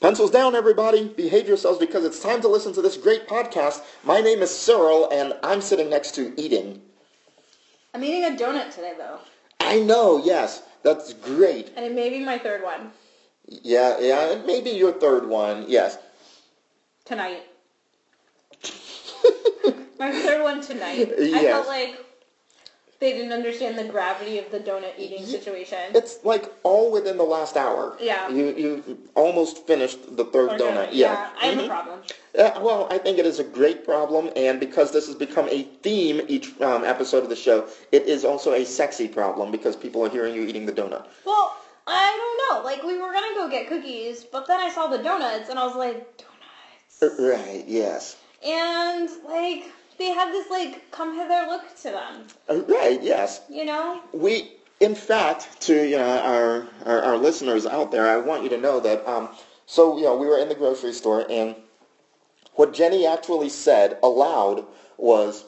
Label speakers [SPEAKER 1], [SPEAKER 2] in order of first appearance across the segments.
[SPEAKER 1] Pencils down, everybody. Behave yourselves because it's time to listen to this great podcast. My name is Cyril, and I'm sitting next to Eating.
[SPEAKER 2] I'm eating a donut today, though,
[SPEAKER 1] I know, yes, that's great.
[SPEAKER 2] and it may be my third one
[SPEAKER 1] Yeah, yeah, it may be your third one, yes.
[SPEAKER 2] tonight. my third one tonight. I
[SPEAKER 1] Yes.
[SPEAKER 2] felt like they didn't understand the gravity of the donut eating situation.
[SPEAKER 1] It's like all within the last hour.
[SPEAKER 2] Yeah.
[SPEAKER 1] You you almost finished the third
[SPEAKER 2] Or
[SPEAKER 1] donut.
[SPEAKER 2] donut.
[SPEAKER 1] Yeah.
[SPEAKER 2] I have a
[SPEAKER 1] Mhm.
[SPEAKER 2] problem.
[SPEAKER 1] Yeah, well, I think it is a great problem, and because this has become a theme each um, episode of the show, it is also a sexy problem because people are hearing you eating the donut.
[SPEAKER 2] Well, I don't know. Like we were gonna go get cookies, but then I saw the donuts, and I was like, donuts.
[SPEAKER 1] Uh, Right? Yes.
[SPEAKER 2] And like they have this like come hither look to them,
[SPEAKER 1] Uh, Right? Yes.
[SPEAKER 2] you know?
[SPEAKER 1] We, in fact, to you know, our, our our listeners out there, I want you to know that. Um, so you know, we were in the grocery store, and what Jenny actually said aloud was,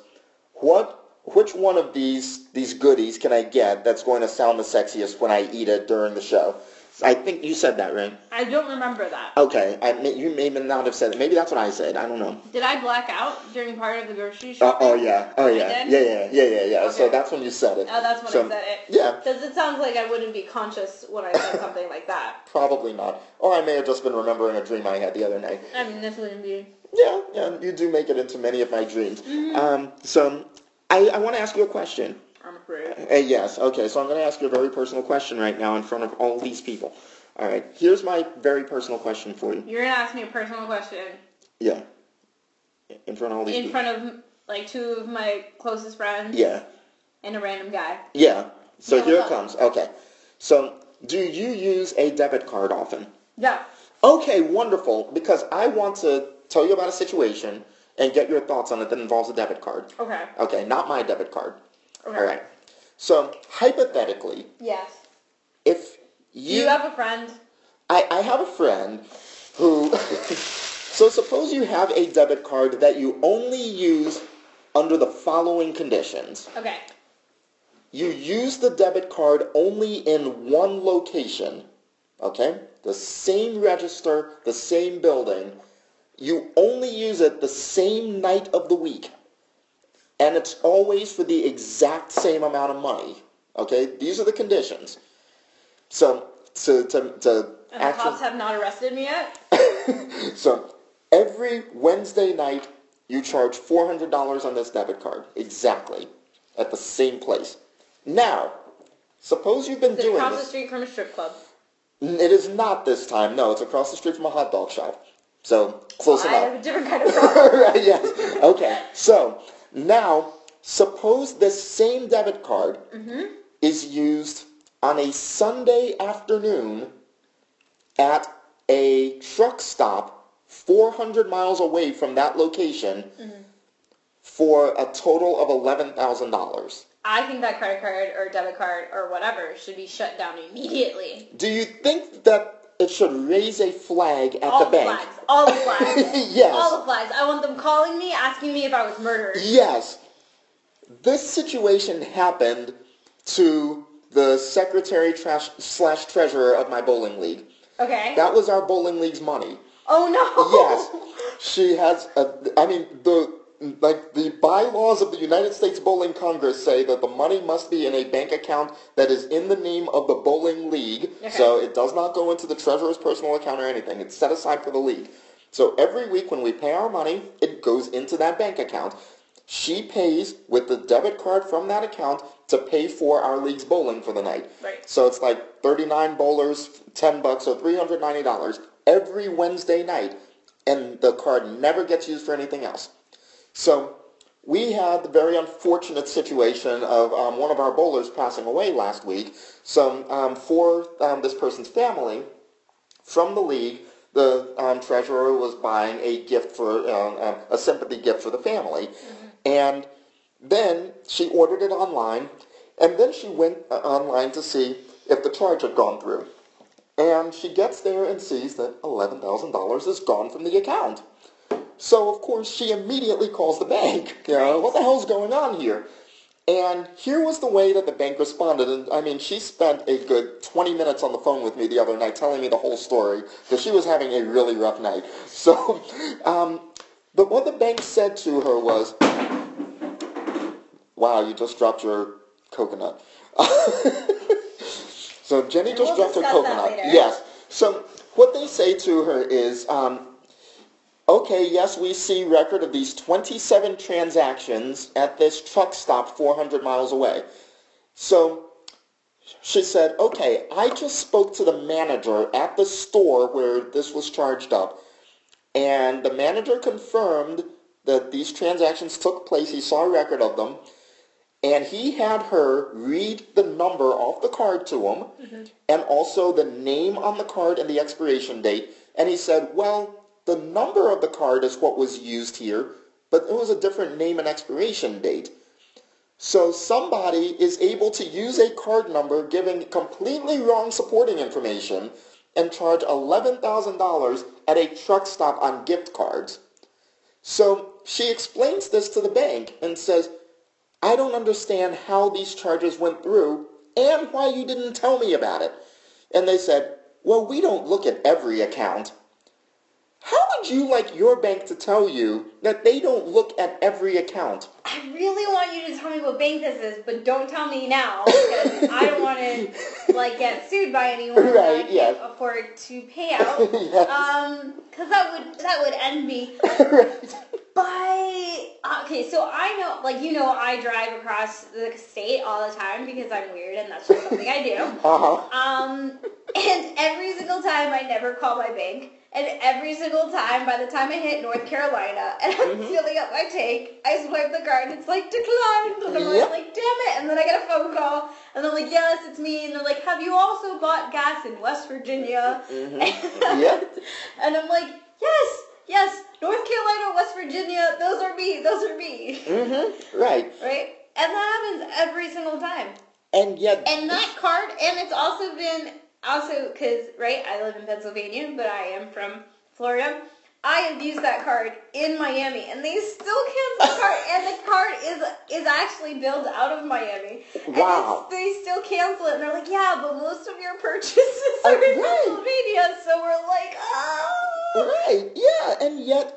[SPEAKER 1] "What? Which one of these these goodies can I get that's going to sound the sexiest when I eat it during the show?" I think you said that, right?
[SPEAKER 2] I don't remember that.
[SPEAKER 1] Okay, I may, you may not have said it. Maybe that's what I said. I don't know.
[SPEAKER 2] Did I black out during part of the grocery
[SPEAKER 1] Uh,
[SPEAKER 2] shopping?
[SPEAKER 1] oh yeah, oh yeah,
[SPEAKER 2] did?
[SPEAKER 1] yeah, yeah, yeah, yeah, yeah. So
[SPEAKER 2] Okay.
[SPEAKER 1] that's when you said it.
[SPEAKER 2] Oh, that's when
[SPEAKER 1] So-
[SPEAKER 2] I said it.
[SPEAKER 1] Yeah.
[SPEAKER 2] Because it sounds like I wouldn't be conscious when I said something like that.
[SPEAKER 1] Probably not. Or I may have just been remembering a dream I had the other night.
[SPEAKER 2] I mean, this wouldn't be.
[SPEAKER 1] Yeah, yeah, you do make it into many of my dreams.
[SPEAKER 2] Mm-hmm.
[SPEAKER 1] Um, so I, I want to ask you a question.
[SPEAKER 2] I'm a prude.
[SPEAKER 1] Uh, yes, okay, so I'm going to ask you a very personal question right now in front of all these people. All right, here's my very personal question for you.
[SPEAKER 2] You're gonna ask me a personal question
[SPEAKER 1] Yeah. In front of all these
[SPEAKER 2] in
[SPEAKER 1] people.
[SPEAKER 2] front of like two of my closest friends
[SPEAKER 1] yeah,
[SPEAKER 2] and a random guy.
[SPEAKER 1] yeah. So
[SPEAKER 2] Yeah,
[SPEAKER 1] here it
[SPEAKER 2] what's up?
[SPEAKER 1] comes. Okay. So do you use a debit card often?
[SPEAKER 2] Yeah.
[SPEAKER 1] Okay, wonderful, because I want to tell you about a situation and get your thoughts on it that involves a debit card.
[SPEAKER 2] Okay.
[SPEAKER 1] Okay, not my debit card.
[SPEAKER 2] Okay.
[SPEAKER 1] Uh, All right. So hypothetically,
[SPEAKER 2] Yes.
[SPEAKER 1] if
[SPEAKER 2] Do
[SPEAKER 1] you,
[SPEAKER 2] you have a friend?
[SPEAKER 1] I, I have a friend who, so suppose you have a debit card that you only use under the following conditions.
[SPEAKER 2] Okay.
[SPEAKER 1] You use the debit card only in one location, okay? The same register, the same building. You only use it the same night of the week. And it's always for the exact same amount of money, okay? These are the conditions. So, to, to, to
[SPEAKER 2] And the cops have not arrested me yet.
[SPEAKER 1] so every Wednesday night, you charge $400 on this debit card. Exactly. At the same place. Now, suppose you've been
[SPEAKER 2] Is it
[SPEAKER 1] doing
[SPEAKER 2] across the
[SPEAKER 1] this.
[SPEAKER 2] street from a strip club?
[SPEAKER 1] N- It is not this time. No, it's across the street from a hot dog shop. So, close
[SPEAKER 2] I have
[SPEAKER 1] enough.
[SPEAKER 2] a different kind of problem.
[SPEAKER 1] Right, yes. Okay. So, now, suppose this same debit card
[SPEAKER 2] Mm-hmm.
[SPEAKER 1] is used on a Sunday afternoon at a truck stop 400 miles away from that location
[SPEAKER 2] Mm-hmm.
[SPEAKER 1] for a total of $11,000.
[SPEAKER 2] I think that credit card or debit card or whatever should be shut down immediately.
[SPEAKER 1] Do you think that it should raise a flag at
[SPEAKER 2] All
[SPEAKER 1] the
[SPEAKER 2] the
[SPEAKER 1] bank?
[SPEAKER 2] flags. All the flags.
[SPEAKER 1] yes.
[SPEAKER 2] All the flags. I want them calling me, asking me if I was murdered.
[SPEAKER 1] Yes. This situation happened to the secretary trash slash treasurer of my bowling league.
[SPEAKER 2] Okay.
[SPEAKER 1] That was our bowling league's money.
[SPEAKER 2] oh no.
[SPEAKER 1] Yes, she has. A, I mean, the like the bylaws of the United States Bowling Congress say that the money must be in a bank account that is in the name of the bowling league. So
[SPEAKER 2] Okay.
[SPEAKER 1] it does not go into the treasurer's personal account or anything. It's set aside for the league. So every week when we pay our money, it goes into that bank account. She pays with the debit card from that account to pay for our league's bowling for the night.
[SPEAKER 2] Right.
[SPEAKER 1] So it's like 39 bowlers, 10 bucks, so $390 every Wednesday night. And the card never gets used for anything else. So we had the very unfortunate situation of um, one of our bowlers passing away last week. So um, for um, this person's family, from the league, the um, treasurer was buying a gift for um, um, a sympathy gift for the family, and then she ordered it online, and then she went uh, online to see if the charge had gone through, and she gets there and sees that eleven thousand dollars is gone from the account. So of course she immediately calls the bank. You know, what the hell's going on here? And here was the way that the bank responded. And I mean, she spent a good 20 minutes on the phone with me the other night telling me the whole story because she was having a really rough night. So, um, but what the bank said to her was, wow, you just dropped your coconut. so Jenny
[SPEAKER 2] And
[SPEAKER 1] just
[SPEAKER 2] we'll
[SPEAKER 1] dropped her
[SPEAKER 2] discuss that
[SPEAKER 1] coconut.
[SPEAKER 2] later.
[SPEAKER 1] Yes. So what they say to her is, um, Okay, yes, we see record of these 27 transactions at this truck stop 400 miles away. So she said, okay, I just spoke to the manager at the store where this was charged up, and the manager confirmed that these transactions took place. He saw a record of them, and he had her read the number off the card to him and also the name on the card and the expiration date. And he said, well, the number of the card is what was used here, but it was a different name and expiration date. So somebody is able to use a card number giving completely wrong supporting information and charge $11,000 at a truck stop on gift cards. So she explains this to the bank and says, I don't understand how these charges went through and why you didn't tell me about it. And they said, well, we don't look at every account. How would you like your bank to tell you that they don't look at every account?
[SPEAKER 2] I really want you to tell me what bank this is, but don't tell me now because I don't want to like get sued by anyone that I
[SPEAKER 1] Right,
[SPEAKER 2] can't
[SPEAKER 1] yes.
[SPEAKER 2] afford to pay out.
[SPEAKER 1] Yes.
[SPEAKER 2] Um, because that would that would end me.
[SPEAKER 1] right.
[SPEAKER 2] But okay, so I know, like you know, I drive across the state all the time because I'm weird and that's just something I do.
[SPEAKER 1] Uh-huh.
[SPEAKER 2] Um, and every single time I never call my bank. And every single time, by the time I hit North Carolina and I'm
[SPEAKER 1] Mm-hmm.
[SPEAKER 2] filling up my tank, I swipe the card and it's like declined. And I'm
[SPEAKER 1] Yep.
[SPEAKER 2] like, damn it. And then I get a phone call and I'm like, yes, it's me. And they're like, have you also bought gas in West Virginia?
[SPEAKER 1] Mm-hmm. Yep.
[SPEAKER 2] and I'm like, yes, yes, North Carolina, West Virginia, those are me, those are me.
[SPEAKER 1] Mm-hmm. Right.
[SPEAKER 2] Right? And that happens every single time.
[SPEAKER 1] And yet,
[SPEAKER 2] And that card, and it's also been also because right, I live in Pennsylvania, but I am from Florida. I have used that card in Miami, and they still cancel the card. And the card is is actually billed out of Miami. And
[SPEAKER 1] Wow.
[SPEAKER 2] it's- they still cancel it, and they're like, "Yeah, but most of your purchases
[SPEAKER 1] Uh,
[SPEAKER 2] are in
[SPEAKER 1] right.
[SPEAKER 2] Pennsylvania," so we're like, "Oh."
[SPEAKER 1] right, yeah, and yet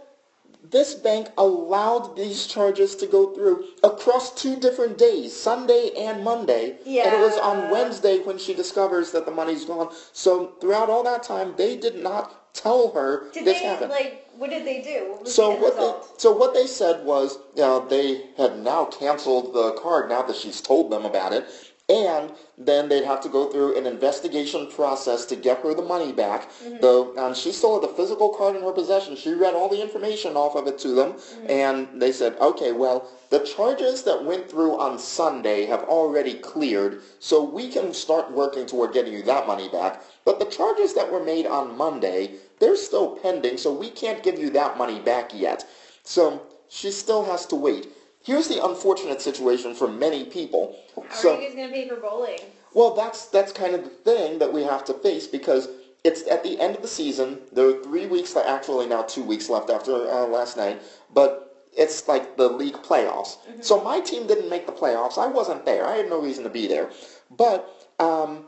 [SPEAKER 1] this bank allowed these charges to go through across two different days, Sunday and Monday. And it was on
[SPEAKER 2] Yeah.
[SPEAKER 1] Wednesday when she discovers that the money's gone. So throughout all that time, they did not tell her
[SPEAKER 2] Did
[SPEAKER 1] this
[SPEAKER 2] they
[SPEAKER 1] happened.
[SPEAKER 2] like? What did they do? What was
[SPEAKER 1] so
[SPEAKER 2] the
[SPEAKER 1] what
[SPEAKER 2] result?
[SPEAKER 1] they, so what they said was you know, they had now canceled the card now that she's told them about it and then they'd have to go through an investigation process to get her the money back though um, she still had the physical card in her possession she read all the information off of it to them and they said okay well the charges that went through on sunday have already cleared so we can start working toward getting you that money back but the charges that were made on monday they're still pending, so we can't give you that money back yet. So she still has to wait. Here's the unfortunate situation for many people.
[SPEAKER 2] How
[SPEAKER 1] So
[SPEAKER 2] are you guys gonna pay for bowling?
[SPEAKER 1] well, that's that's kind of the thing that we have to face because it's at the end of the season. There are three weeks, like, actually now two weeks left after uh, last night, but it's like the league playoffs.
[SPEAKER 2] Mm-hmm.
[SPEAKER 1] So my team didn't make the playoffs. I wasn't there. I had no reason to be there, but um,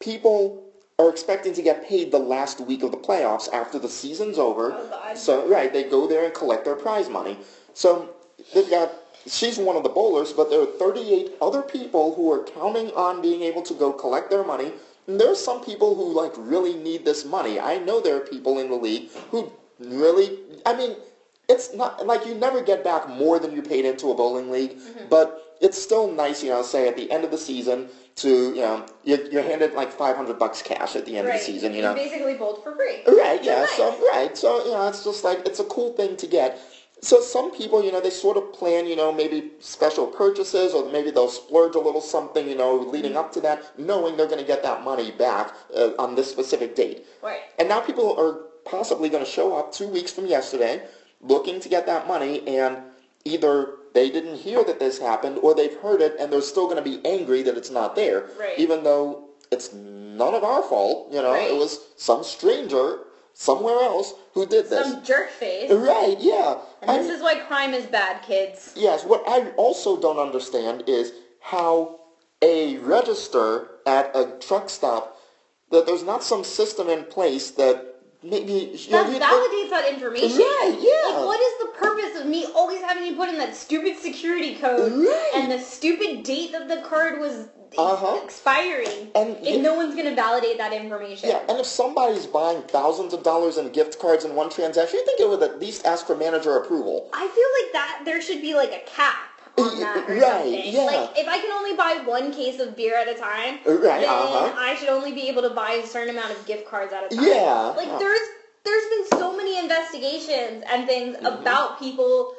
[SPEAKER 1] people are expecting to get paid the last week of the playoffs after the season's over.
[SPEAKER 2] Oh, God.
[SPEAKER 1] So right, they go there and collect their prize money. So they've got she's one of the bowlers, but there are 38 other people who are counting on being able to go collect their money. And there are some people who like really need this money. I know there are people in the league who really I mean it's not like you never get back more than you paid into a bowling league, but it's still nice, you know, say at the end of the season to, you know, you're, you're handed like 500 bucks cash at the end of the season, you know.
[SPEAKER 2] basically bowled for free.
[SPEAKER 1] Right, yeah,
[SPEAKER 2] Nice.
[SPEAKER 1] so right. So, you know, it's just like it's a cool thing to get. So some people, you know, they sort of plan, you know, maybe special purchases or maybe they'll splurge a little something, you know, leading up to that, knowing they're going to get that money back uh, on this specific date.
[SPEAKER 2] Right.
[SPEAKER 1] And now people are possibly going to show up two weeks from yesterday looking to get that money and either they didn't hear that this happened or they've heard it and they're still going to be angry that it's not there.
[SPEAKER 2] Right.
[SPEAKER 1] Even though it's none of our fault, you know,
[SPEAKER 2] Right.
[SPEAKER 1] it was some stranger somewhere else who did this.
[SPEAKER 2] Some jerk face.
[SPEAKER 1] Right, yeah.
[SPEAKER 2] And
[SPEAKER 1] I'm-
[SPEAKER 2] this is why crime is bad, kids.
[SPEAKER 1] Yes, what I also don't understand is how a register at a truck stop that there's not some system in place that maybe you know,
[SPEAKER 2] That
[SPEAKER 1] you'd think-
[SPEAKER 2] validates that information.
[SPEAKER 1] Right, yeah.
[SPEAKER 2] Like, what is the purpose of me always having you put in that stupid security code
[SPEAKER 1] Right.
[SPEAKER 2] and the stupid date that the card was
[SPEAKER 1] Uh-huh.
[SPEAKER 2] expiring?
[SPEAKER 1] And
[SPEAKER 2] if
[SPEAKER 1] you-
[SPEAKER 2] no one's going to validate that information.
[SPEAKER 1] yeah, and if somebody's buying thousands of dollars in gift cards in one transaction, you think it would at least ask for manager approval.
[SPEAKER 2] I feel like that there should be like a cap on that or
[SPEAKER 1] Right,
[SPEAKER 2] something.
[SPEAKER 1] yeah.
[SPEAKER 2] Like if I can only buy one case of beer at a time,
[SPEAKER 1] Right,
[SPEAKER 2] then
[SPEAKER 1] uh-huh.
[SPEAKER 2] I should only be able to buy a certain amount of gift cards at a time.
[SPEAKER 1] Yeah. uh.
[SPEAKER 2] Like there's there's been so many investigations and things
[SPEAKER 1] Mm-hmm.
[SPEAKER 2] about people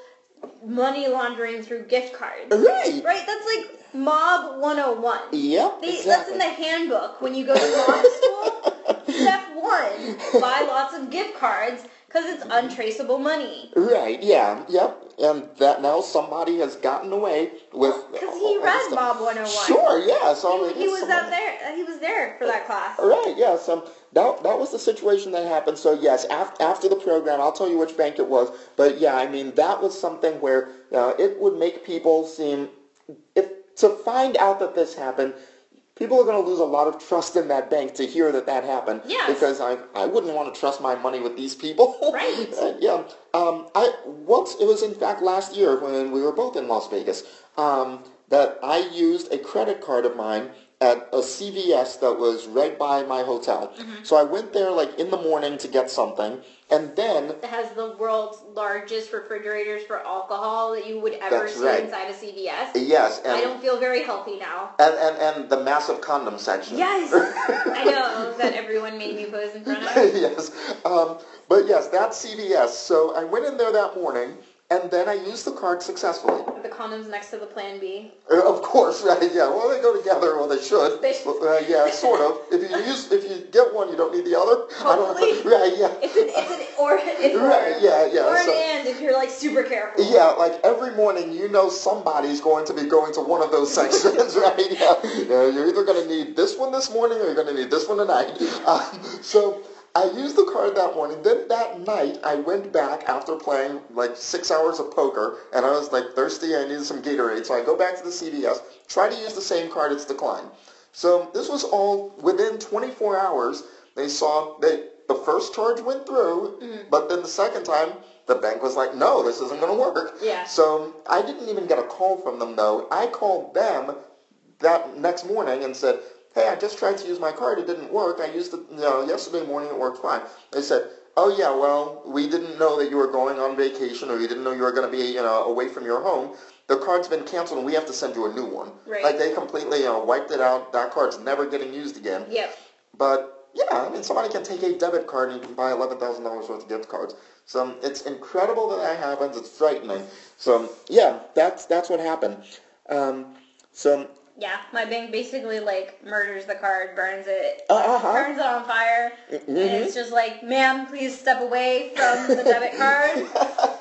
[SPEAKER 2] money laundering through gift cards.
[SPEAKER 1] Uh, Right.
[SPEAKER 2] Right? That's like mob 101.
[SPEAKER 1] Yep.
[SPEAKER 2] They, That's in
[SPEAKER 1] exactly.
[SPEAKER 2] the handbook when you go to law school. Step one, buy lots of gift cards because it's untraceable money.
[SPEAKER 1] Right, yeah, yep. And that now somebody has gotten away with...
[SPEAKER 2] Because he read Mob 101.
[SPEAKER 1] Sure, yeah. So I mean,
[SPEAKER 2] He was
[SPEAKER 1] someone-
[SPEAKER 2] out there. uh, He was there for that class.
[SPEAKER 1] Right, yes. Um, that, that was the situation that happened. So, yes, af- after the program, I'll tell you which bank it was. But, yeah, I mean, that was something where uh, it would make people seem, if to find out that this happened, people are going to lose a lot of trust in that bank to hear that that happened.
[SPEAKER 2] Yes.
[SPEAKER 1] Because I, I wouldn't want to trust my money with these people.
[SPEAKER 2] Right.
[SPEAKER 1] Uh, yeah. Um, I once it was in fact last year when we were both in Las Vegas um, that I used a credit card of mine at a CVS that was right by my hotel.
[SPEAKER 2] Mm-hmm.
[SPEAKER 1] So I went there like in the morning to get something, and then
[SPEAKER 2] It has the world's largest refrigerators for alcohol that you would ever
[SPEAKER 1] That's
[SPEAKER 2] see
[SPEAKER 1] right.
[SPEAKER 2] inside a CVS.
[SPEAKER 1] yes, and
[SPEAKER 2] I don't feel very healthy now.
[SPEAKER 1] and, and, and the massive condom section.
[SPEAKER 2] Yes, I know that everyone made me pose in front of.
[SPEAKER 1] yes. Um, but yes, that's CVS. So I went in there that morning, and then I used the card successfully.
[SPEAKER 2] The condoms next to the Plan B.
[SPEAKER 1] Uh, Of course, right? Yeah. Well, they go together. Well, they should.
[SPEAKER 2] They-
[SPEAKER 1] Uh, yeah, sort of. If you use, if you get one, you don't need the other. I don't.
[SPEAKER 2] Hopefully.
[SPEAKER 1] Right? Yeah.
[SPEAKER 2] It's an it's an or it's
[SPEAKER 1] Right,
[SPEAKER 2] or,
[SPEAKER 1] yeah, yeah,
[SPEAKER 2] or an
[SPEAKER 1] so-
[SPEAKER 2] and if you're like super careful.
[SPEAKER 1] Yeah, like every morning, you know somebody's going to be going to one of those sections, right? Yeah, Yeah, you're either going to need this one this morning or you're going to need this one tonight. Um, so I used the card that morning. Then that night, I went back after playing like six hours of poker, and I was like thirsty. I needed some Gatorade, so I go back to the CVS, try to use the same card. It's declined. So this was all within 24 hours. They saw they the first charge went through,
[SPEAKER 2] Mm-hmm.
[SPEAKER 1] but then the second time the bank was like, "No, this isn't going to work."
[SPEAKER 2] Yeah.
[SPEAKER 1] So I didn't even get a call from them though. I called them that next morning and said, "Hey, I just tried to use my card. It didn't work. I used it you know, yesterday morning. It worked fine." They said. Oh yeah, well, we didn't know that you were going on vacation, or you didn't know you were going to be, you know, away from your home. The card's been canceled, and we have to send you a new one.
[SPEAKER 2] Right.
[SPEAKER 1] Like they completely you know, wiped it out. That card's never getting used again.
[SPEAKER 2] Yep.
[SPEAKER 1] But yeah, I mean, somebody can take a debit card and you can buy eleven thousand dollars worth of gift cards. So it's incredible that that happens. It's frightening. So yeah, that's that's what happened. Um, so
[SPEAKER 2] Yeah, my bank basically like murders the card, burns it,
[SPEAKER 1] uh-huh.
[SPEAKER 2] turns it on fire,
[SPEAKER 1] Mm-hmm.
[SPEAKER 2] and it's just like, ma'am, please step away from the debit card.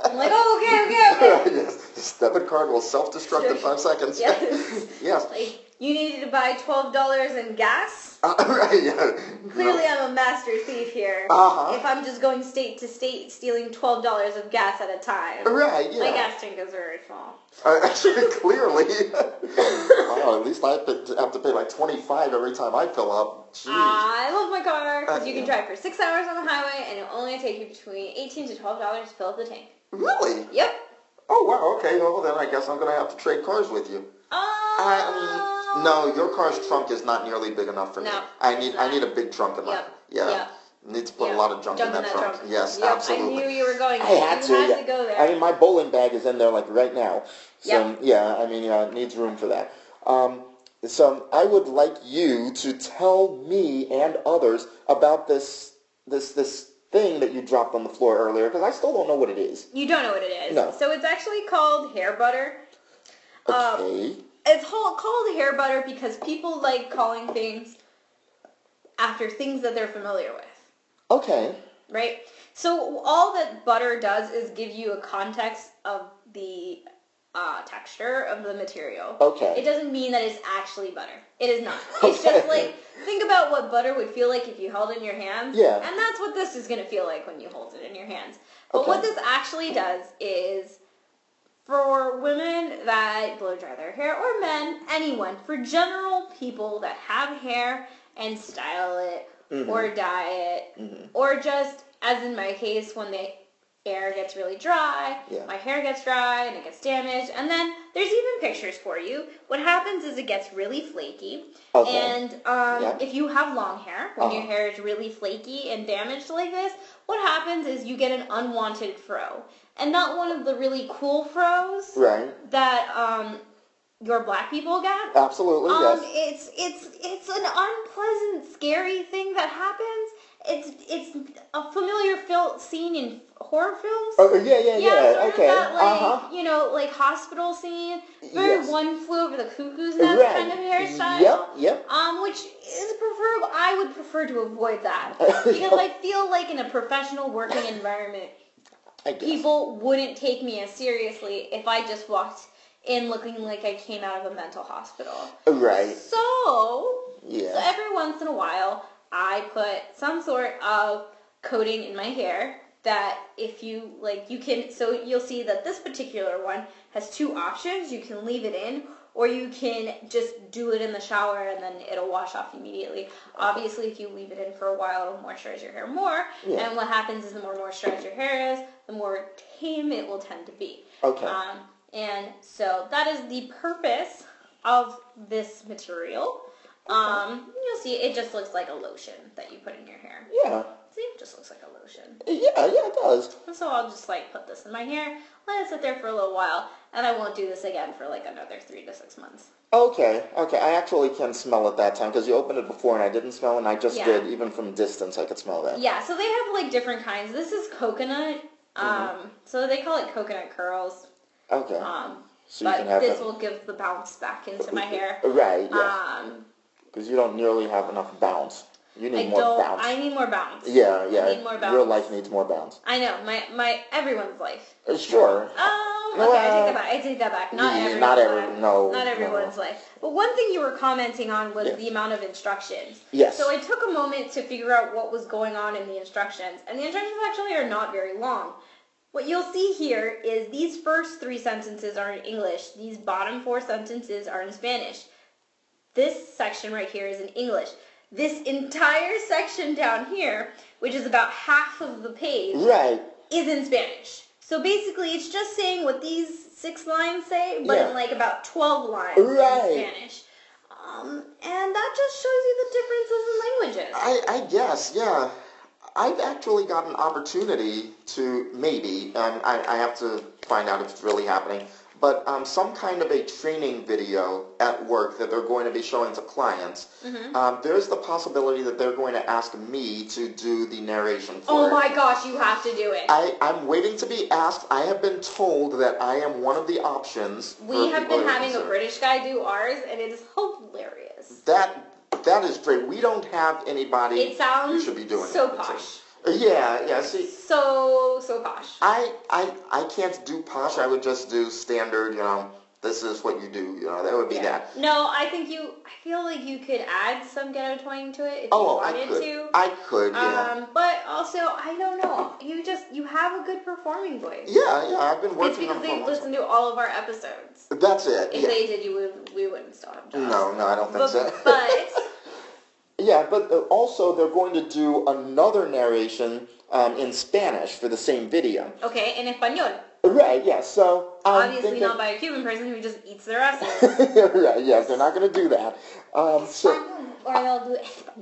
[SPEAKER 2] I'm like, oh, okay, okay, okay.
[SPEAKER 1] yes, this debit card will self-destruct in five seconds.
[SPEAKER 2] Yes.
[SPEAKER 1] yes.
[SPEAKER 2] Like, you needed to buy twelve dollars in gas.
[SPEAKER 1] Uh, right. Yeah.
[SPEAKER 2] Clearly, I'm a master thief here.
[SPEAKER 1] Uh-huh.
[SPEAKER 2] If I'm just going state to state, stealing twelve dollars of gas at a time,
[SPEAKER 1] Right. Yeah.
[SPEAKER 2] my gas tank is very small.
[SPEAKER 1] Uh, actually, clearly. wow, at least I have to, have to pay like 25 every time I fill up. Jeez.
[SPEAKER 2] I love my car because you can
[SPEAKER 1] Uh-huh.
[SPEAKER 2] drive for six hours on the highway, and it'll only take you between eighteen to twelve dollars to fill up the tank.
[SPEAKER 1] really?
[SPEAKER 2] Yep.
[SPEAKER 1] Oh, wow, okay. Well, then I guess I'm going to have to trade cars with you. I, um,
[SPEAKER 2] Um,
[SPEAKER 1] no, your car's trunk is not nearly big enough for me.
[SPEAKER 2] No,
[SPEAKER 1] I need I
[SPEAKER 2] not.
[SPEAKER 1] need a big trunk in mine.
[SPEAKER 2] Yep,
[SPEAKER 1] Yeah.
[SPEAKER 2] yep.
[SPEAKER 1] Need to put
[SPEAKER 2] Yeah,
[SPEAKER 1] a lot of junk, in that, trunk. Yes,
[SPEAKER 2] Yep,
[SPEAKER 1] absolutely.
[SPEAKER 2] I knew you were going.
[SPEAKER 1] I
[SPEAKER 2] there.
[SPEAKER 1] had
[SPEAKER 2] you
[SPEAKER 1] to.
[SPEAKER 2] Had
[SPEAKER 1] yeah.
[SPEAKER 2] to go there.
[SPEAKER 1] I mean, my bowling bag is in there like right now. So
[SPEAKER 2] Yep.
[SPEAKER 1] yeah, I mean, yeah, it needs room for that. Um, so I would like you to tell me and others about this this this thing that you dropped on the floor earlier because I still don't know what it is.
[SPEAKER 2] you don't know what it is.
[SPEAKER 1] No.
[SPEAKER 2] So it's actually called hair butter. Um,
[SPEAKER 1] Okay.
[SPEAKER 2] It's ho- called hair butter because people like calling things after things that they're familiar with,
[SPEAKER 1] okay.
[SPEAKER 2] right? So all that butter does is give you a context of the uh, texture of the material.
[SPEAKER 1] Okay.
[SPEAKER 2] It doesn't mean that it's actually butter. It is not. It's just
[SPEAKER 1] Okay.
[SPEAKER 2] like think about what butter would feel like if you held it in your hands.
[SPEAKER 1] Yeah.
[SPEAKER 2] And that's what this is gonna feel like when you hold it in your hands. But what
[SPEAKER 1] Okay.
[SPEAKER 2] this actually does is for women that blow dry their hair, or men, anyone, for general people that have hair and style it
[SPEAKER 1] Mm-hmm.
[SPEAKER 2] or dye it, or just as in my case, when the air gets really dry,
[SPEAKER 1] Yeah.
[SPEAKER 2] my hair gets dry and it gets damaged, and then there's even pictures for you. What happens is it gets really flaky,
[SPEAKER 1] Okay.
[SPEAKER 2] and um,
[SPEAKER 1] Yeah.
[SPEAKER 2] if you have long hair, when your
[SPEAKER 1] Uh-huh.
[SPEAKER 2] hair is really flaky and damaged like this, what happens is you get an unwanted fro, and not one of the really cool froze
[SPEAKER 1] Right.
[SPEAKER 2] that um, your black people get.
[SPEAKER 1] Absolutely.
[SPEAKER 2] Um,
[SPEAKER 1] yes.
[SPEAKER 2] it's it's it's an unpleasant, scary thing that happens. It's it's a familiar fil- scene in horror films.
[SPEAKER 1] Oh, yeah, yeah, yeah.
[SPEAKER 2] sort
[SPEAKER 1] okay.
[SPEAKER 2] of that like
[SPEAKER 1] uh huh.
[SPEAKER 2] you know like hospital scene. Very
[SPEAKER 1] Yes.
[SPEAKER 2] one flew over the cuckoo's nest
[SPEAKER 1] Right.
[SPEAKER 2] kind of hairstyle.
[SPEAKER 1] Yep. Yep.
[SPEAKER 2] Um, which is preferable. I would prefer to avoid that because I feel like in a professional working environment,
[SPEAKER 1] I guess.
[SPEAKER 2] people wouldn't take me as seriously if I just walked in looking like I came out of a mental hospital.
[SPEAKER 1] Right.
[SPEAKER 2] So, so
[SPEAKER 1] Yeah.
[SPEAKER 2] every once in a while, I put some sort of coating in my hair that if you like, you can. So you'll see that this particular one has two options. You can leave it in, or you can just do it in the shower and then it'll wash off immediately. Obviously, if you leave it in for a while, it'll moisturize your hair more.
[SPEAKER 1] Yeah.
[SPEAKER 2] And what happens is the more moisturized your hair is, the more tame it will tend to be.
[SPEAKER 1] Okay.
[SPEAKER 2] Um, and so that is the purpose of this material. Um, you'll see it just looks like a lotion that you put in your hair.
[SPEAKER 1] yeah.
[SPEAKER 2] See, it just looks like a lotion.
[SPEAKER 1] Yeah. Yeah. It does.
[SPEAKER 2] And so I'll just like put this in my hair, let it sit there for a little while, and I won't do this again for like another three to six months.
[SPEAKER 1] Okay. Okay. I actually can smell it that time because you opened it before and I didn't smell, and I just
[SPEAKER 2] Yeah.
[SPEAKER 1] did. Even from distance, I could smell that.
[SPEAKER 2] Yeah, so they have like different kinds. This is coconut. Um,
[SPEAKER 1] Mm-hmm.
[SPEAKER 2] so they call it coconut curls.
[SPEAKER 1] Okay.
[SPEAKER 2] Um,
[SPEAKER 1] So you
[SPEAKER 2] but
[SPEAKER 1] can have
[SPEAKER 2] this
[SPEAKER 1] that-
[SPEAKER 2] will give the bounce back into my hair.
[SPEAKER 1] Right. Yeah.
[SPEAKER 2] Um,
[SPEAKER 1] Because you don't nearly have enough bounce. You need
[SPEAKER 2] I
[SPEAKER 1] more
[SPEAKER 2] don't.
[SPEAKER 1] bounce.
[SPEAKER 2] I need more bounce.
[SPEAKER 1] yeah. Yeah.
[SPEAKER 2] need more
[SPEAKER 1] Your
[SPEAKER 2] bounce.
[SPEAKER 1] life needs more bounce.
[SPEAKER 2] I know my my everyone's life.
[SPEAKER 1] Uh, sure.
[SPEAKER 2] Um, okay, I
[SPEAKER 1] Well,
[SPEAKER 2] take that back. I take that back. Not
[SPEAKER 1] yeah,
[SPEAKER 2] everyone's
[SPEAKER 1] not every-
[SPEAKER 2] life.
[SPEAKER 1] no,
[SPEAKER 2] Not everyone's
[SPEAKER 1] no.
[SPEAKER 2] life. But one thing you were commenting on was
[SPEAKER 1] Yeah.
[SPEAKER 2] the amount of instructions.
[SPEAKER 1] Yes.
[SPEAKER 2] So I took a moment to figure out what was going on in the instructions, and the instructions actually are not very long. What you'll see here is these first three sentences are in English. These bottom four sentences are in Spanish. This section right here is in English. This entire section down here, which is about half of the page,
[SPEAKER 1] Right.
[SPEAKER 2] is in Spanish. So basically, it's just saying what these six lines say, but
[SPEAKER 1] Yeah.
[SPEAKER 2] in like about 12 lines
[SPEAKER 1] Right.
[SPEAKER 2] in Spanish. Um, and that just shows you the differences in languages.
[SPEAKER 1] I, I guess, yeah. I've actually got an opportunity to maybe, um, I, I have to find out if it's really happening, but um, some kind of a training video at work that they're going to be showing to clients.
[SPEAKER 2] Mm-hmm.
[SPEAKER 1] Um, there's the possibility that they're going to ask me to do the narration for
[SPEAKER 2] Oh
[SPEAKER 1] it.
[SPEAKER 2] my gosh, you have to do it.
[SPEAKER 1] I, I'm waiting to be asked. I have been told that I am one of the options.
[SPEAKER 2] we
[SPEAKER 1] for
[SPEAKER 2] have
[SPEAKER 1] people
[SPEAKER 2] been
[SPEAKER 1] to
[SPEAKER 2] having a
[SPEAKER 1] consider.
[SPEAKER 2] British guy do ours, and it is hilarious.
[SPEAKER 1] That, that is great. We don't have anybody
[SPEAKER 2] It sounds
[SPEAKER 1] who should be doing
[SPEAKER 2] so
[SPEAKER 1] it. It's a-
[SPEAKER 2] posh.
[SPEAKER 1] Yeah, yeah. See,
[SPEAKER 2] So, so posh.
[SPEAKER 1] I, I, I can't do posh. I would just do standard. You know, this is what you do. You know, that would be that.
[SPEAKER 2] No, I think you, I feel like you could add some ghetto twang to it if
[SPEAKER 1] Oh,
[SPEAKER 2] you
[SPEAKER 1] I
[SPEAKER 2] wanted
[SPEAKER 1] could.
[SPEAKER 2] to.
[SPEAKER 1] I could. Yeah.
[SPEAKER 2] Um, but also, I don't know. You just you have a good performing voice.
[SPEAKER 1] yeah, yeah. I've been
[SPEAKER 2] It's
[SPEAKER 1] working on it
[SPEAKER 2] because they
[SPEAKER 1] for a long
[SPEAKER 2] listen to all of our episodes.
[SPEAKER 1] time. That's it.
[SPEAKER 2] If
[SPEAKER 1] yeah.
[SPEAKER 2] they did, you would we wouldn't still have jobs.
[SPEAKER 1] No, no, I don't think
[SPEAKER 2] But,
[SPEAKER 1] so.
[SPEAKER 2] but
[SPEAKER 1] yeah, but uh, also they're going to do another narration um, in Spanish for the same video.
[SPEAKER 2] okay, in español.
[SPEAKER 1] Right. Yeah. So um, I'm
[SPEAKER 2] Obviously
[SPEAKER 1] thinking,
[SPEAKER 2] not by a Cuban person who just eats their asses.
[SPEAKER 1] right. Yes, they're not going to do that. Um, so,
[SPEAKER 2] or they'll do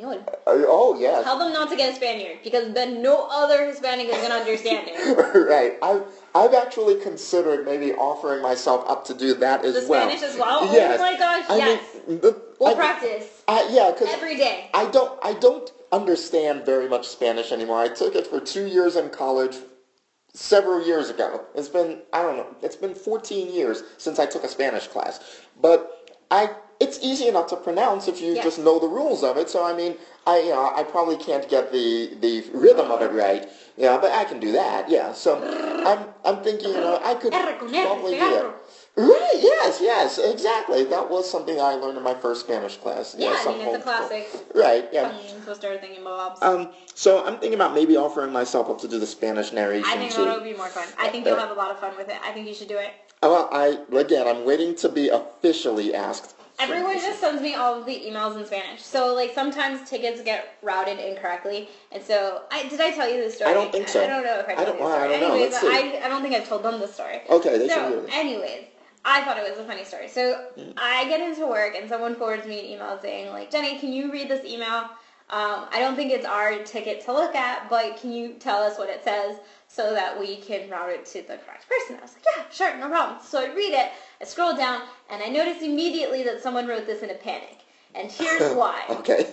[SPEAKER 2] español.
[SPEAKER 1] oh yes.
[SPEAKER 2] Tell them not to get a Spaniard because then no other Hispanic is gonna understand it.
[SPEAKER 1] right. I've, I've actually considered maybe offering myself up to do that as
[SPEAKER 2] The
[SPEAKER 1] well.
[SPEAKER 2] Spanish as well? Oh
[SPEAKER 1] Yes.
[SPEAKER 2] my gosh,
[SPEAKER 1] I
[SPEAKER 2] yes.
[SPEAKER 1] mean, the-
[SPEAKER 2] We'll
[SPEAKER 1] I-
[SPEAKER 2] practice
[SPEAKER 1] I, yeah, because
[SPEAKER 2] every day.
[SPEAKER 1] I don't, I don't understand very much Spanish anymore. I took it for two years in college several years ago. It's been, I don't know, it's been 14 years since I took a Spanish class. But I it's easy enough to pronounce if you
[SPEAKER 2] Yeah.
[SPEAKER 1] just know the rules of it. So I mean, I you know, I probably can't get the the rhythm of it right. Yeah, but I can do that. Yeah. So I'm I'm thinking you know I could
[SPEAKER 2] R con R,
[SPEAKER 1] probably do it.
[SPEAKER 2] cigarro.
[SPEAKER 1] Right. Yes. Yes. Exactly. That was something I learned in my first Spanish class.
[SPEAKER 2] Yeah, I
[SPEAKER 1] some
[SPEAKER 2] mean, it's a
[SPEAKER 1] homeschool.
[SPEAKER 2] classic
[SPEAKER 1] Right. Yeah.
[SPEAKER 2] tongue twister thing in Bob's.
[SPEAKER 1] Um, so I'm thinking about maybe offering myself up to do the Spanish narration
[SPEAKER 2] I think
[SPEAKER 1] too.
[SPEAKER 2] that'll be more fun. I think you'll have a lot of fun with it. I think you should do it.
[SPEAKER 1] Oh, Well, I again, I'm waiting to be officially asked.
[SPEAKER 2] Everyone just sends me all of the emails in Spanish. So like sometimes tickets get routed incorrectly, and so I did I tell you this story?
[SPEAKER 1] I don't think so.
[SPEAKER 2] I don't know if I,
[SPEAKER 1] I
[SPEAKER 2] told
[SPEAKER 1] don't-
[SPEAKER 2] you
[SPEAKER 1] well,
[SPEAKER 2] the
[SPEAKER 1] I
[SPEAKER 2] story.
[SPEAKER 1] don't know.
[SPEAKER 2] Anyways,
[SPEAKER 1] Let's see.
[SPEAKER 2] I, I don't think I've told them the story.
[SPEAKER 1] Okay, they should hear
[SPEAKER 2] so
[SPEAKER 1] this.
[SPEAKER 2] anyways, I thought it was a funny story. So I get into work and someone forwards me an email saying like Jenny, can you read this email? Um, I don't think it's our ticket to look at, but can you tell us what it says so that we can route it to the correct person? I was like, yeah, sure, no problem. So I read it, I scroll down, and I notice immediately that someone wrote this in a panic. And here's why.
[SPEAKER 1] Okay.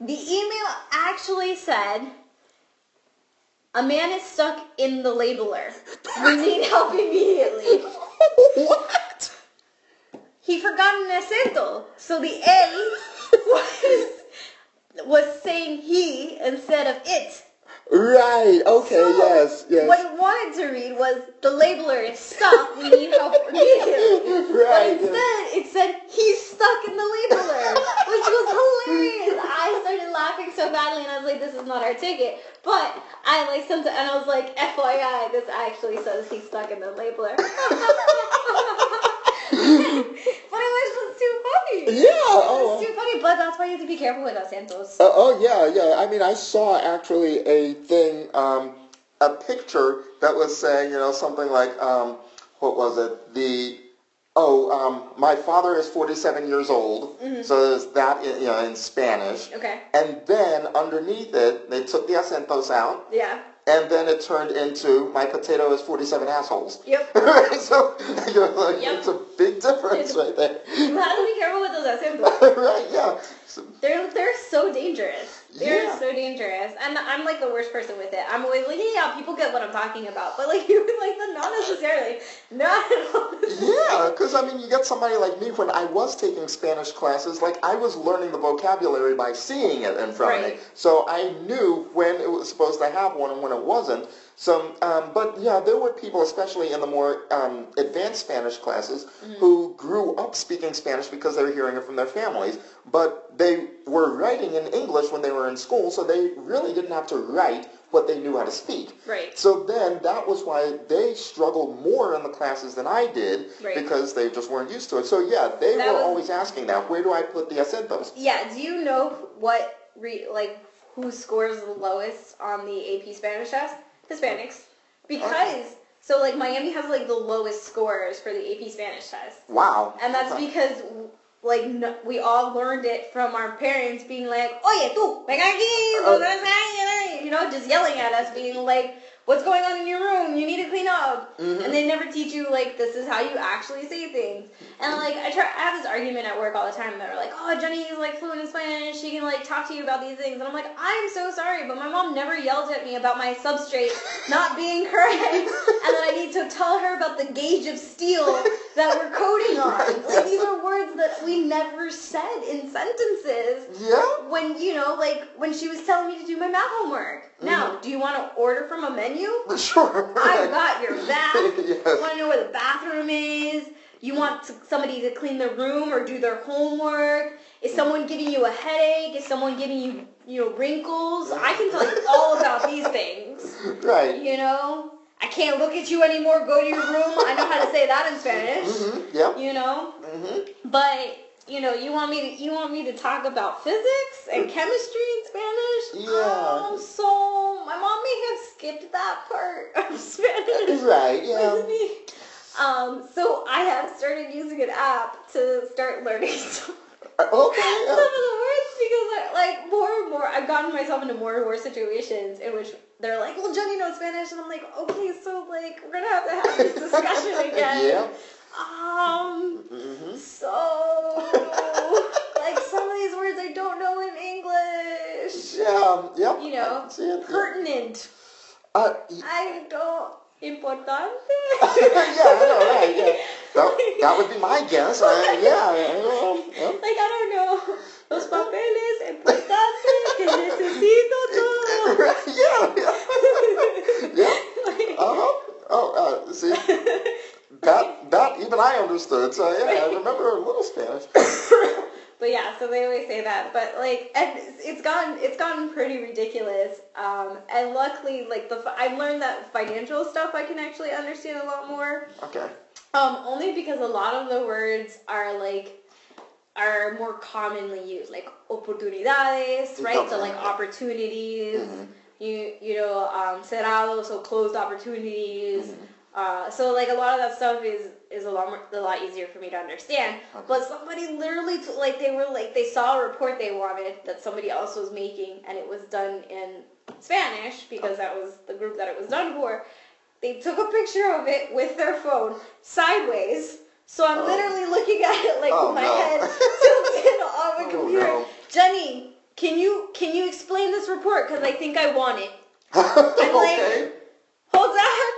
[SPEAKER 2] The email actually said, a man is stuck in the labeler. We need help immediately.
[SPEAKER 1] what?
[SPEAKER 2] He forgot an acento, so the L was, was saying he instead of it.
[SPEAKER 1] Right. Okay.
[SPEAKER 2] So,
[SPEAKER 1] yes. Yes.
[SPEAKER 2] What it wanted to read was, the labeler is stuck, we need help immediately. But
[SPEAKER 1] right.
[SPEAKER 2] instead, it said he's stuck in the labeler, which was hilarious. I started laughing so badly, and I was like, "This is not our ticket." But I like sent it, and I was like, "FYI, this actually says he's stuck in the labeler." but it was just too funny.
[SPEAKER 1] Yeah.
[SPEAKER 2] It was
[SPEAKER 1] Oh.
[SPEAKER 2] too funny, but that's why you have to be careful with us, Santos.
[SPEAKER 1] Uh, oh yeah, yeah. I mean, I saw actually a thing, um, a picture that was saying, you know, something like, um, what was it? The oh, um, my father is forty-seven years old. So there's that, in, you know, in Spanish.
[SPEAKER 2] Mm-hmm. Okay.
[SPEAKER 1] And then underneath it, they took the acentos out,
[SPEAKER 2] Yeah.
[SPEAKER 1] and then it turned into my potato is 47 assholes.
[SPEAKER 2] Yep.
[SPEAKER 1] so you're like,
[SPEAKER 2] Yep.
[SPEAKER 1] it's a big difference right there.
[SPEAKER 2] You have to be careful with those Santos.
[SPEAKER 1] right, yeah. So-
[SPEAKER 2] They're they're so dangerous. They're
[SPEAKER 1] Yeah.
[SPEAKER 2] so dangerous, and I'm like the worst person with it. I'm always like, yeah, people get what I'm talking about, but like you like the not necessarily, not at all.
[SPEAKER 1] yeah, because I mean, you get somebody like me. When I was taking Spanish classes, like I was learning the vocabulary by seeing it in front of
[SPEAKER 2] Right.
[SPEAKER 1] me, so I knew when it was supposed to have one and when it wasn't. So, um, but yeah, there were people, especially in the more um, advanced Spanish classes,
[SPEAKER 2] Mm-hmm.
[SPEAKER 1] who grew up speaking Spanish because they were hearing it from their families, but they were writing in English when they were in school, so they really didn't have to write what they knew how to speak.
[SPEAKER 2] Right.
[SPEAKER 1] So then that was why they struggled more in the classes than I did
[SPEAKER 2] Right.
[SPEAKER 1] because they just weren't used to it. So yeah, they
[SPEAKER 2] That
[SPEAKER 1] were
[SPEAKER 2] was-
[SPEAKER 1] always asking that. Where do I put the acentos?
[SPEAKER 2] Yeah. Do you know what re, like who scores the lowest on the AP Spanish test? Hispanics, because so like Miami has like the lowest scores for the AP Spanish test.
[SPEAKER 1] Wow. Uh,
[SPEAKER 2] And that's
[SPEAKER 1] Okay.
[SPEAKER 2] because, like, no, we all learned it from our parents being like, oye, tú, ven aquí,
[SPEAKER 1] Oh.
[SPEAKER 2] vos eres ahí", you know, just yelling at us, being like, what's going on in your room? You need to clean up. And they never teach you, like, this is how you actually say things. And, like, I try, I have this argument at work all the time that are like, oh, Jenny is, like, fluent in Spanish. She can, like, talk to you about these things. And I'm like, I'm so sorry, but my mom never yelled at me about my substrate not being correct. and then I need to tell her about the gauge of steel that we're coding on. Like, these are words that we never said in sentences.
[SPEAKER 1] Yeah.
[SPEAKER 2] When, you know, like, when she was telling me to do my math homework. Now, do you want to order from a menu?
[SPEAKER 1] Sure.
[SPEAKER 2] I got your back.
[SPEAKER 1] Yes.
[SPEAKER 2] Want to know where the bathroom is? You want to, somebody to clean the room or do their homework? Is someone giving you a headache? Is someone giving you, you know, wrinkles? I can tell you all about these things.
[SPEAKER 1] Right.
[SPEAKER 2] You know, I can't look at you anymore. Go to your room. I know how to say that in Spanish.
[SPEAKER 1] hmm Yep.
[SPEAKER 2] You know,
[SPEAKER 1] Mm-hmm.
[SPEAKER 2] but you know, you want me to you want me to talk about physics and chemistry in Spanish.
[SPEAKER 1] Yeah.
[SPEAKER 2] I'm so my mom may have skipped that part of Spanish.
[SPEAKER 1] Right.
[SPEAKER 2] with
[SPEAKER 1] Yeah.
[SPEAKER 2] me. Um, so I have started using an app to start learning some
[SPEAKER 1] Okay.
[SPEAKER 2] some of
[SPEAKER 1] yeah.
[SPEAKER 2] the words because I, like more and more I've gotten myself into more and more situations in which they're like, "Well, Jenny knows Spanish," and I'm like, "Okay, so like we're gonna have to have this discussion again."
[SPEAKER 1] Yeah.
[SPEAKER 2] Um.
[SPEAKER 1] Mhm.
[SPEAKER 2] So like some of these words I don't know in English.
[SPEAKER 1] Yeah. um, Yep.
[SPEAKER 2] You know,
[SPEAKER 1] See it.
[SPEAKER 2] pertinent.
[SPEAKER 1] Uh,
[SPEAKER 2] I don't importante.
[SPEAKER 1] yeah, I know, right, yeah. That, that would be my guess. I, yeah, I- I, don't know.
[SPEAKER 2] Like, I don't know. Los papeles importantes que necesito
[SPEAKER 1] yeah.
[SPEAKER 2] todo.
[SPEAKER 1] Right, yeah,
[SPEAKER 2] Like-
[SPEAKER 1] yeah. yeah. Uh-huh. Oh, uh, see, that that even I understood. So yeah, I remember a little Spanish.
[SPEAKER 2] but yeah, so they always say that. But like, and it's- it's gotten it's gotten pretty ridiculous. Um, and luckily, like the fi- I've learned that financial stuff I can actually understand a lot more.
[SPEAKER 1] Okay.
[SPEAKER 2] Um, only because a lot of the words are like are more commonly used, like oportunidades, right? So like opportunities, you you know, um, cerrados, so closed opportunities. Uh, so like a lot of that stuff is is a lot more, a lot easier for me to understand. But somebody literally t- like they were like they saw a report they wanted that somebody else was making, and it was done in Spanish because that was the group that it was done for. They took a picture of it with their phone sideways. So I'm
[SPEAKER 1] Oh.
[SPEAKER 2] literally looking at it like
[SPEAKER 1] Oh,
[SPEAKER 2] with my
[SPEAKER 1] no.
[SPEAKER 2] head tilted on
[SPEAKER 1] Oh,
[SPEAKER 2] the computer.
[SPEAKER 1] no.
[SPEAKER 2] Jenny, can you can you explain this report? Because I think I want it. like-
[SPEAKER 1] okay.
[SPEAKER 2] Hold on.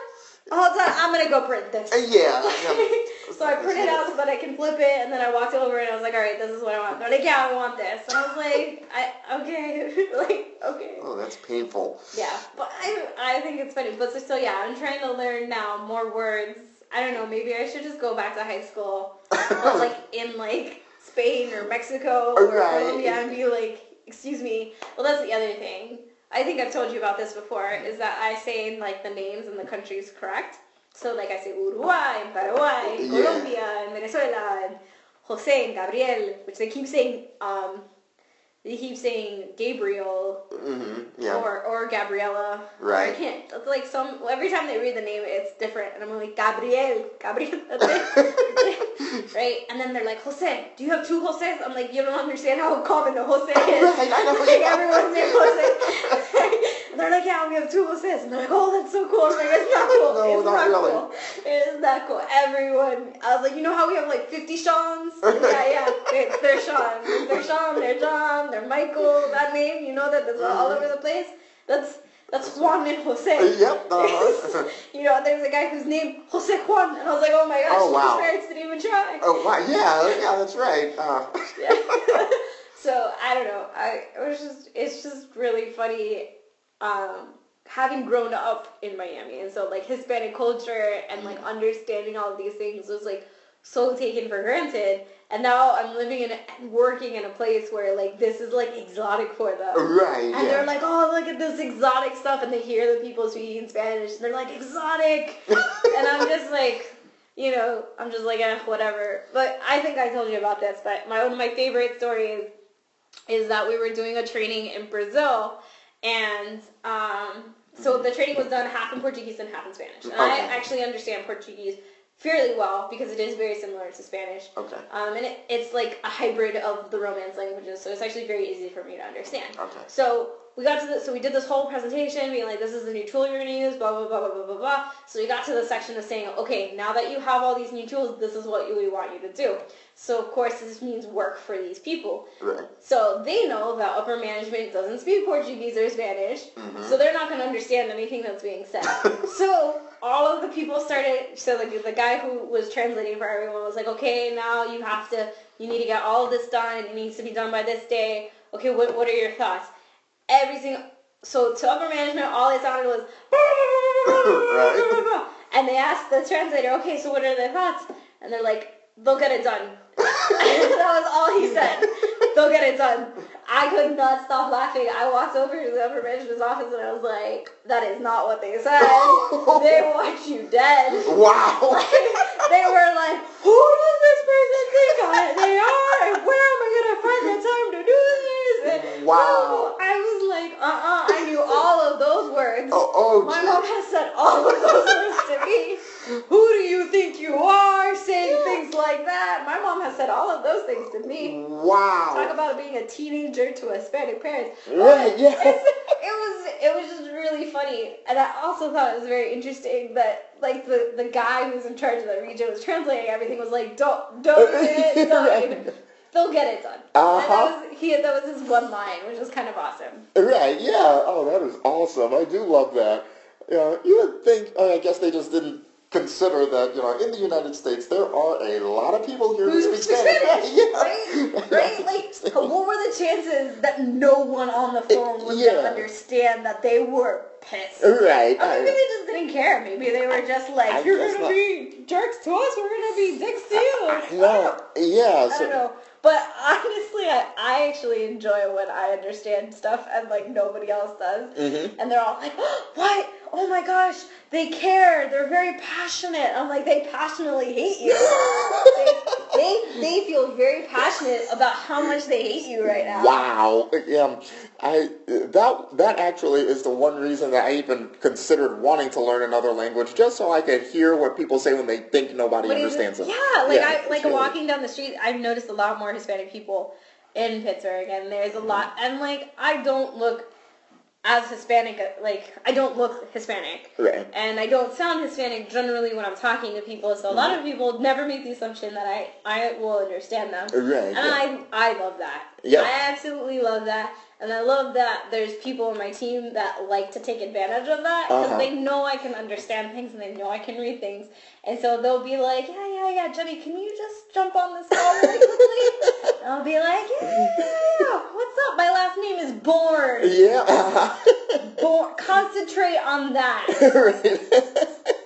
[SPEAKER 2] Hold on. I'm gonna go print this.
[SPEAKER 1] Uh, Yeah. yeah.
[SPEAKER 2] so I printed out so that I can flip it, and then I walked over and I was like, all right, this is what I want. They're like, yeah, I want this. And I was like, I okay, like okay.
[SPEAKER 1] Oh, that's painful.
[SPEAKER 2] Yeah, but I, I think it's funny. But so, so yeah, I'm trying to learn now more words. I don't know. Maybe I should just go back to high school, but like in like Spain or Mexico or
[SPEAKER 1] Right.
[SPEAKER 2] Colombia, and be like, excuse me. Well, that's the other thing. I think I've told you about this before. Is that I say like the names and the countries correct. So like I say Uruguay, and Paraguay, and
[SPEAKER 1] Yeah.
[SPEAKER 2] Colombia, and Venezuela, and Jose and Gabriel, which they keep saying. Um, they keep saying Gabriel
[SPEAKER 1] hmm Yeah.
[SPEAKER 2] or or Gabriella.
[SPEAKER 1] Right.
[SPEAKER 2] I can't. It's like some every time they read the name, it's different, and I'm like Gabriel, Gabriel. That's it. right? And then they're like Jose. Do you have two Joses? I'm like, you don't understand how common a Jose is.
[SPEAKER 1] Right, I know.
[SPEAKER 2] like everyone's named Jose. And they're like, yeah, we have two Joses. And they're like, oh, that's so cool. I'm like, it's not cool.
[SPEAKER 1] No,
[SPEAKER 2] it's
[SPEAKER 1] not
[SPEAKER 2] not,
[SPEAKER 1] really.
[SPEAKER 2] cool. It is not cool. Everyone. I was like, you know how we have like 50 Sean's? yeah, yeah. It's their Sean. It's their Sean. They're John. They're Michael. That name. You know that that's all over the place. That's that's Juan and Jose.
[SPEAKER 1] Uh, Yep. Uh-huh.
[SPEAKER 2] you know, there's a guy whose name Jose Juan, and I was like, oh my gosh,
[SPEAKER 1] Oh, wow.
[SPEAKER 2] his parents didn't even try.
[SPEAKER 1] oh wow. Yeah. Yeah. That's right. Uh,
[SPEAKER 2] Yeah. so I don't know. I it was just it's just really funny um, having grown up in Miami, and so like Hispanic culture and like understanding all of these things was like so taken for granted. And now I'm living in and working in a place where like this is like exotic for them.
[SPEAKER 1] right.
[SPEAKER 2] And
[SPEAKER 1] yeah.
[SPEAKER 2] they're like, oh, look at this exotic stuff. And they hear the people speaking Spanish. And they're like, exotic. and I'm just like, you know, I'm just like, eh, whatever. But I think I told you about this. But my one of my favorite stories is that we were doing a training in Brazil. And um, so the training was done half in Portuguese and half in Spanish. And I
[SPEAKER 1] Okay.
[SPEAKER 2] actually understand Portuguese fairly well because it is very similar to Spanish.
[SPEAKER 1] okay.
[SPEAKER 2] Um, and it, it's like a hybrid of the Romance languages, so it's actually very easy for me to understand.
[SPEAKER 1] Okay.
[SPEAKER 2] So we got to the, so we did this whole presentation, being like, this is the new tool you're gonna use, blah blah blah blah blah blah blah. So we got to the section of saying, okay, now that you have all these new tools, this is what we want you to do. So of course, this means work for these people.
[SPEAKER 1] Right.
[SPEAKER 2] So they know that upper management doesn't speak Portuguese or Spanish, so they're not going to understand anything that's being said. so all of the people started. So like the guy who was translating for everyone was like, "Okay, now you have to. You need to get all of this done. It needs to be done by this day. Okay, what what are your thoughts?" Every single. So to upper management, all they sounded was.
[SPEAKER 1] Right.
[SPEAKER 2] And they asked the translator, "Okay, so what are their thoughts?" And they're like, "They'll get it done." that was all he said. They'll get it done. I could not stop laughing. I walked over to the upper management's office and I was like, that is not what they said. they want you dead.
[SPEAKER 1] Wow.
[SPEAKER 2] they were like, who does this person think I, they are? And where am I going to find the time to do this? And
[SPEAKER 1] Wow.
[SPEAKER 2] so I was like, uh-uh. I knew all of those words.
[SPEAKER 1] Oh, oh,
[SPEAKER 2] My mom has said all of those words to me. Who do you think you are? Saying things like that. My mom has said all of those things to me.
[SPEAKER 1] wow.
[SPEAKER 2] Talk about being a teenager to Hispanic parents.
[SPEAKER 1] Right,
[SPEAKER 2] But
[SPEAKER 1] yeah.
[SPEAKER 2] it's- It was it was just really funny, and I also thought it was very interesting that like the, the guy who's in charge of that region was translating everything was like don't don't get it done. They'll get it done. And
[SPEAKER 1] Uh-huh.
[SPEAKER 2] that was he that was his one line, which was kind of awesome.
[SPEAKER 1] Right, yeah. Oh, that is awesome. I do love that. Yeah, you would think, oh, I uh, guess they just didn't consider that you know in the United States there are a lot of people here who
[SPEAKER 2] Who
[SPEAKER 1] speak
[SPEAKER 2] speaks
[SPEAKER 1] Spanish.
[SPEAKER 2] Spanish,
[SPEAKER 1] Yeah.
[SPEAKER 2] right? Right? Like, what were the chances that no one on the phone was
[SPEAKER 1] yeah.
[SPEAKER 2] gonna understand that they were pissed?
[SPEAKER 1] Right.
[SPEAKER 2] Or
[SPEAKER 1] I-
[SPEAKER 2] maybe they just didn't care. Maybe they were just like,
[SPEAKER 1] I
[SPEAKER 2] "You're
[SPEAKER 1] guess
[SPEAKER 2] gonna
[SPEAKER 1] not.
[SPEAKER 2] be jerks to us. We're gonna be dicks to you." I don't
[SPEAKER 1] No,
[SPEAKER 2] know.
[SPEAKER 1] yeah. so-
[SPEAKER 2] I don't know. But honestly, I, I actually enjoy when I understand stuff and like nobody else does.
[SPEAKER 1] Mm-hmm.
[SPEAKER 2] And they're all like, what? Oh my gosh, they care. They're very passionate. I'm like, they passionately hate you. they, they, they feel very passionate about how much they hate you right now.
[SPEAKER 1] Wow. Yeah, I that that actually is the one reason that I even considered wanting to learn another language, just so I could hear what people say when they think nobody
[SPEAKER 2] But it's-
[SPEAKER 1] understands them.
[SPEAKER 2] Yeah, like I
[SPEAKER 1] it's
[SPEAKER 2] like
[SPEAKER 1] really-
[SPEAKER 2] walking down the street, I've noticed a lot more Hispanic people in Pittsburgh, and there's a lot. And like I don't look as Hispanic, like I don't look Hispanic,
[SPEAKER 1] Right.
[SPEAKER 2] and I don't sound Hispanic generally when I'm talking to people. So a lot
[SPEAKER 1] Mm-hmm.
[SPEAKER 2] of people never make the assumption that I I will understand them.
[SPEAKER 1] Right,
[SPEAKER 2] And
[SPEAKER 1] yeah.
[SPEAKER 2] I I love that.
[SPEAKER 1] Yeah.
[SPEAKER 2] I absolutely love that. And I love that there's people on my team that like to take advantage of that because
[SPEAKER 1] Uh-huh.
[SPEAKER 2] they know I can understand things and they know I can read things. And so they'll be like, yeah, yeah, yeah, Jenny, can you just jump on this call really quickly? And I'll be like, yeah, yeah, yeah, what's up? My last name is Born.
[SPEAKER 1] Yeah.
[SPEAKER 2] Born. Concentrate on that.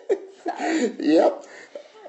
[SPEAKER 1] right. yep.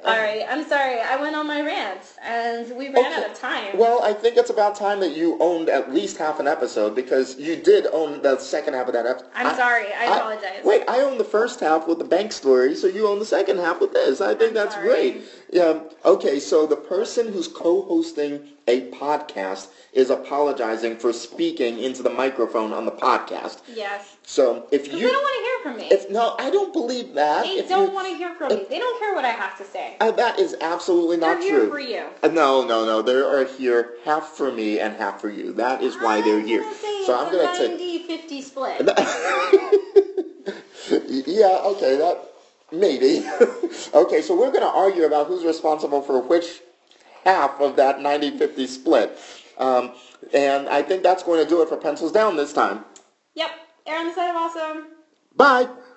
[SPEAKER 2] All right, I'm sorry. I went on my rant and we ran out of time.
[SPEAKER 1] Well, I think it's about time that you owned at least half an episode because you did own the second half of that episode.
[SPEAKER 2] I'm sorry. I apologize.
[SPEAKER 1] Wait, I own the first half with the bank story, so you own the second half with this. I think
[SPEAKER 2] I'm
[SPEAKER 1] that's
[SPEAKER 2] sorry.
[SPEAKER 1] great. Yeah. Okay, so the person who's co-hosting a podcast is apologizing for speaking into the microphone on the podcast.
[SPEAKER 2] yes.
[SPEAKER 1] So if
[SPEAKER 2] Because
[SPEAKER 1] you,
[SPEAKER 2] they don't want to hear from me.
[SPEAKER 1] if no, I don't believe that.
[SPEAKER 2] They
[SPEAKER 1] If
[SPEAKER 2] don't
[SPEAKER 1] you-
[SPEAKER 2] want to hear from me. They don't care what I have to say.
[SPEAKER 1] Uh, that is absolutely not
[SPEAKER 2] They're here
[SPEAKER 1] true.
[SPEAKER 2] for you.
[SPEAKER 1] Uh, No, no, no. They are here half for me and half for you. That is why they're here.
[SPEAKER 2] I'm gonna say
[SPEAKER 1] So I'm gonna
[SPEAKER 2] it's a
[SPEAKER 1] take.
[SPEAKER 2] 90-50 split.
[SPEAKER 1] Yeah. Okay. That maybe. okay. So we're gonna argue about who's responsible for which half of that 90-50 split. Um, and I think that's going to do it for pencils down this time.
[SPEAKER 2] Yep. Aaron the Side of Awesome.
[SPEAKER 1] Bye.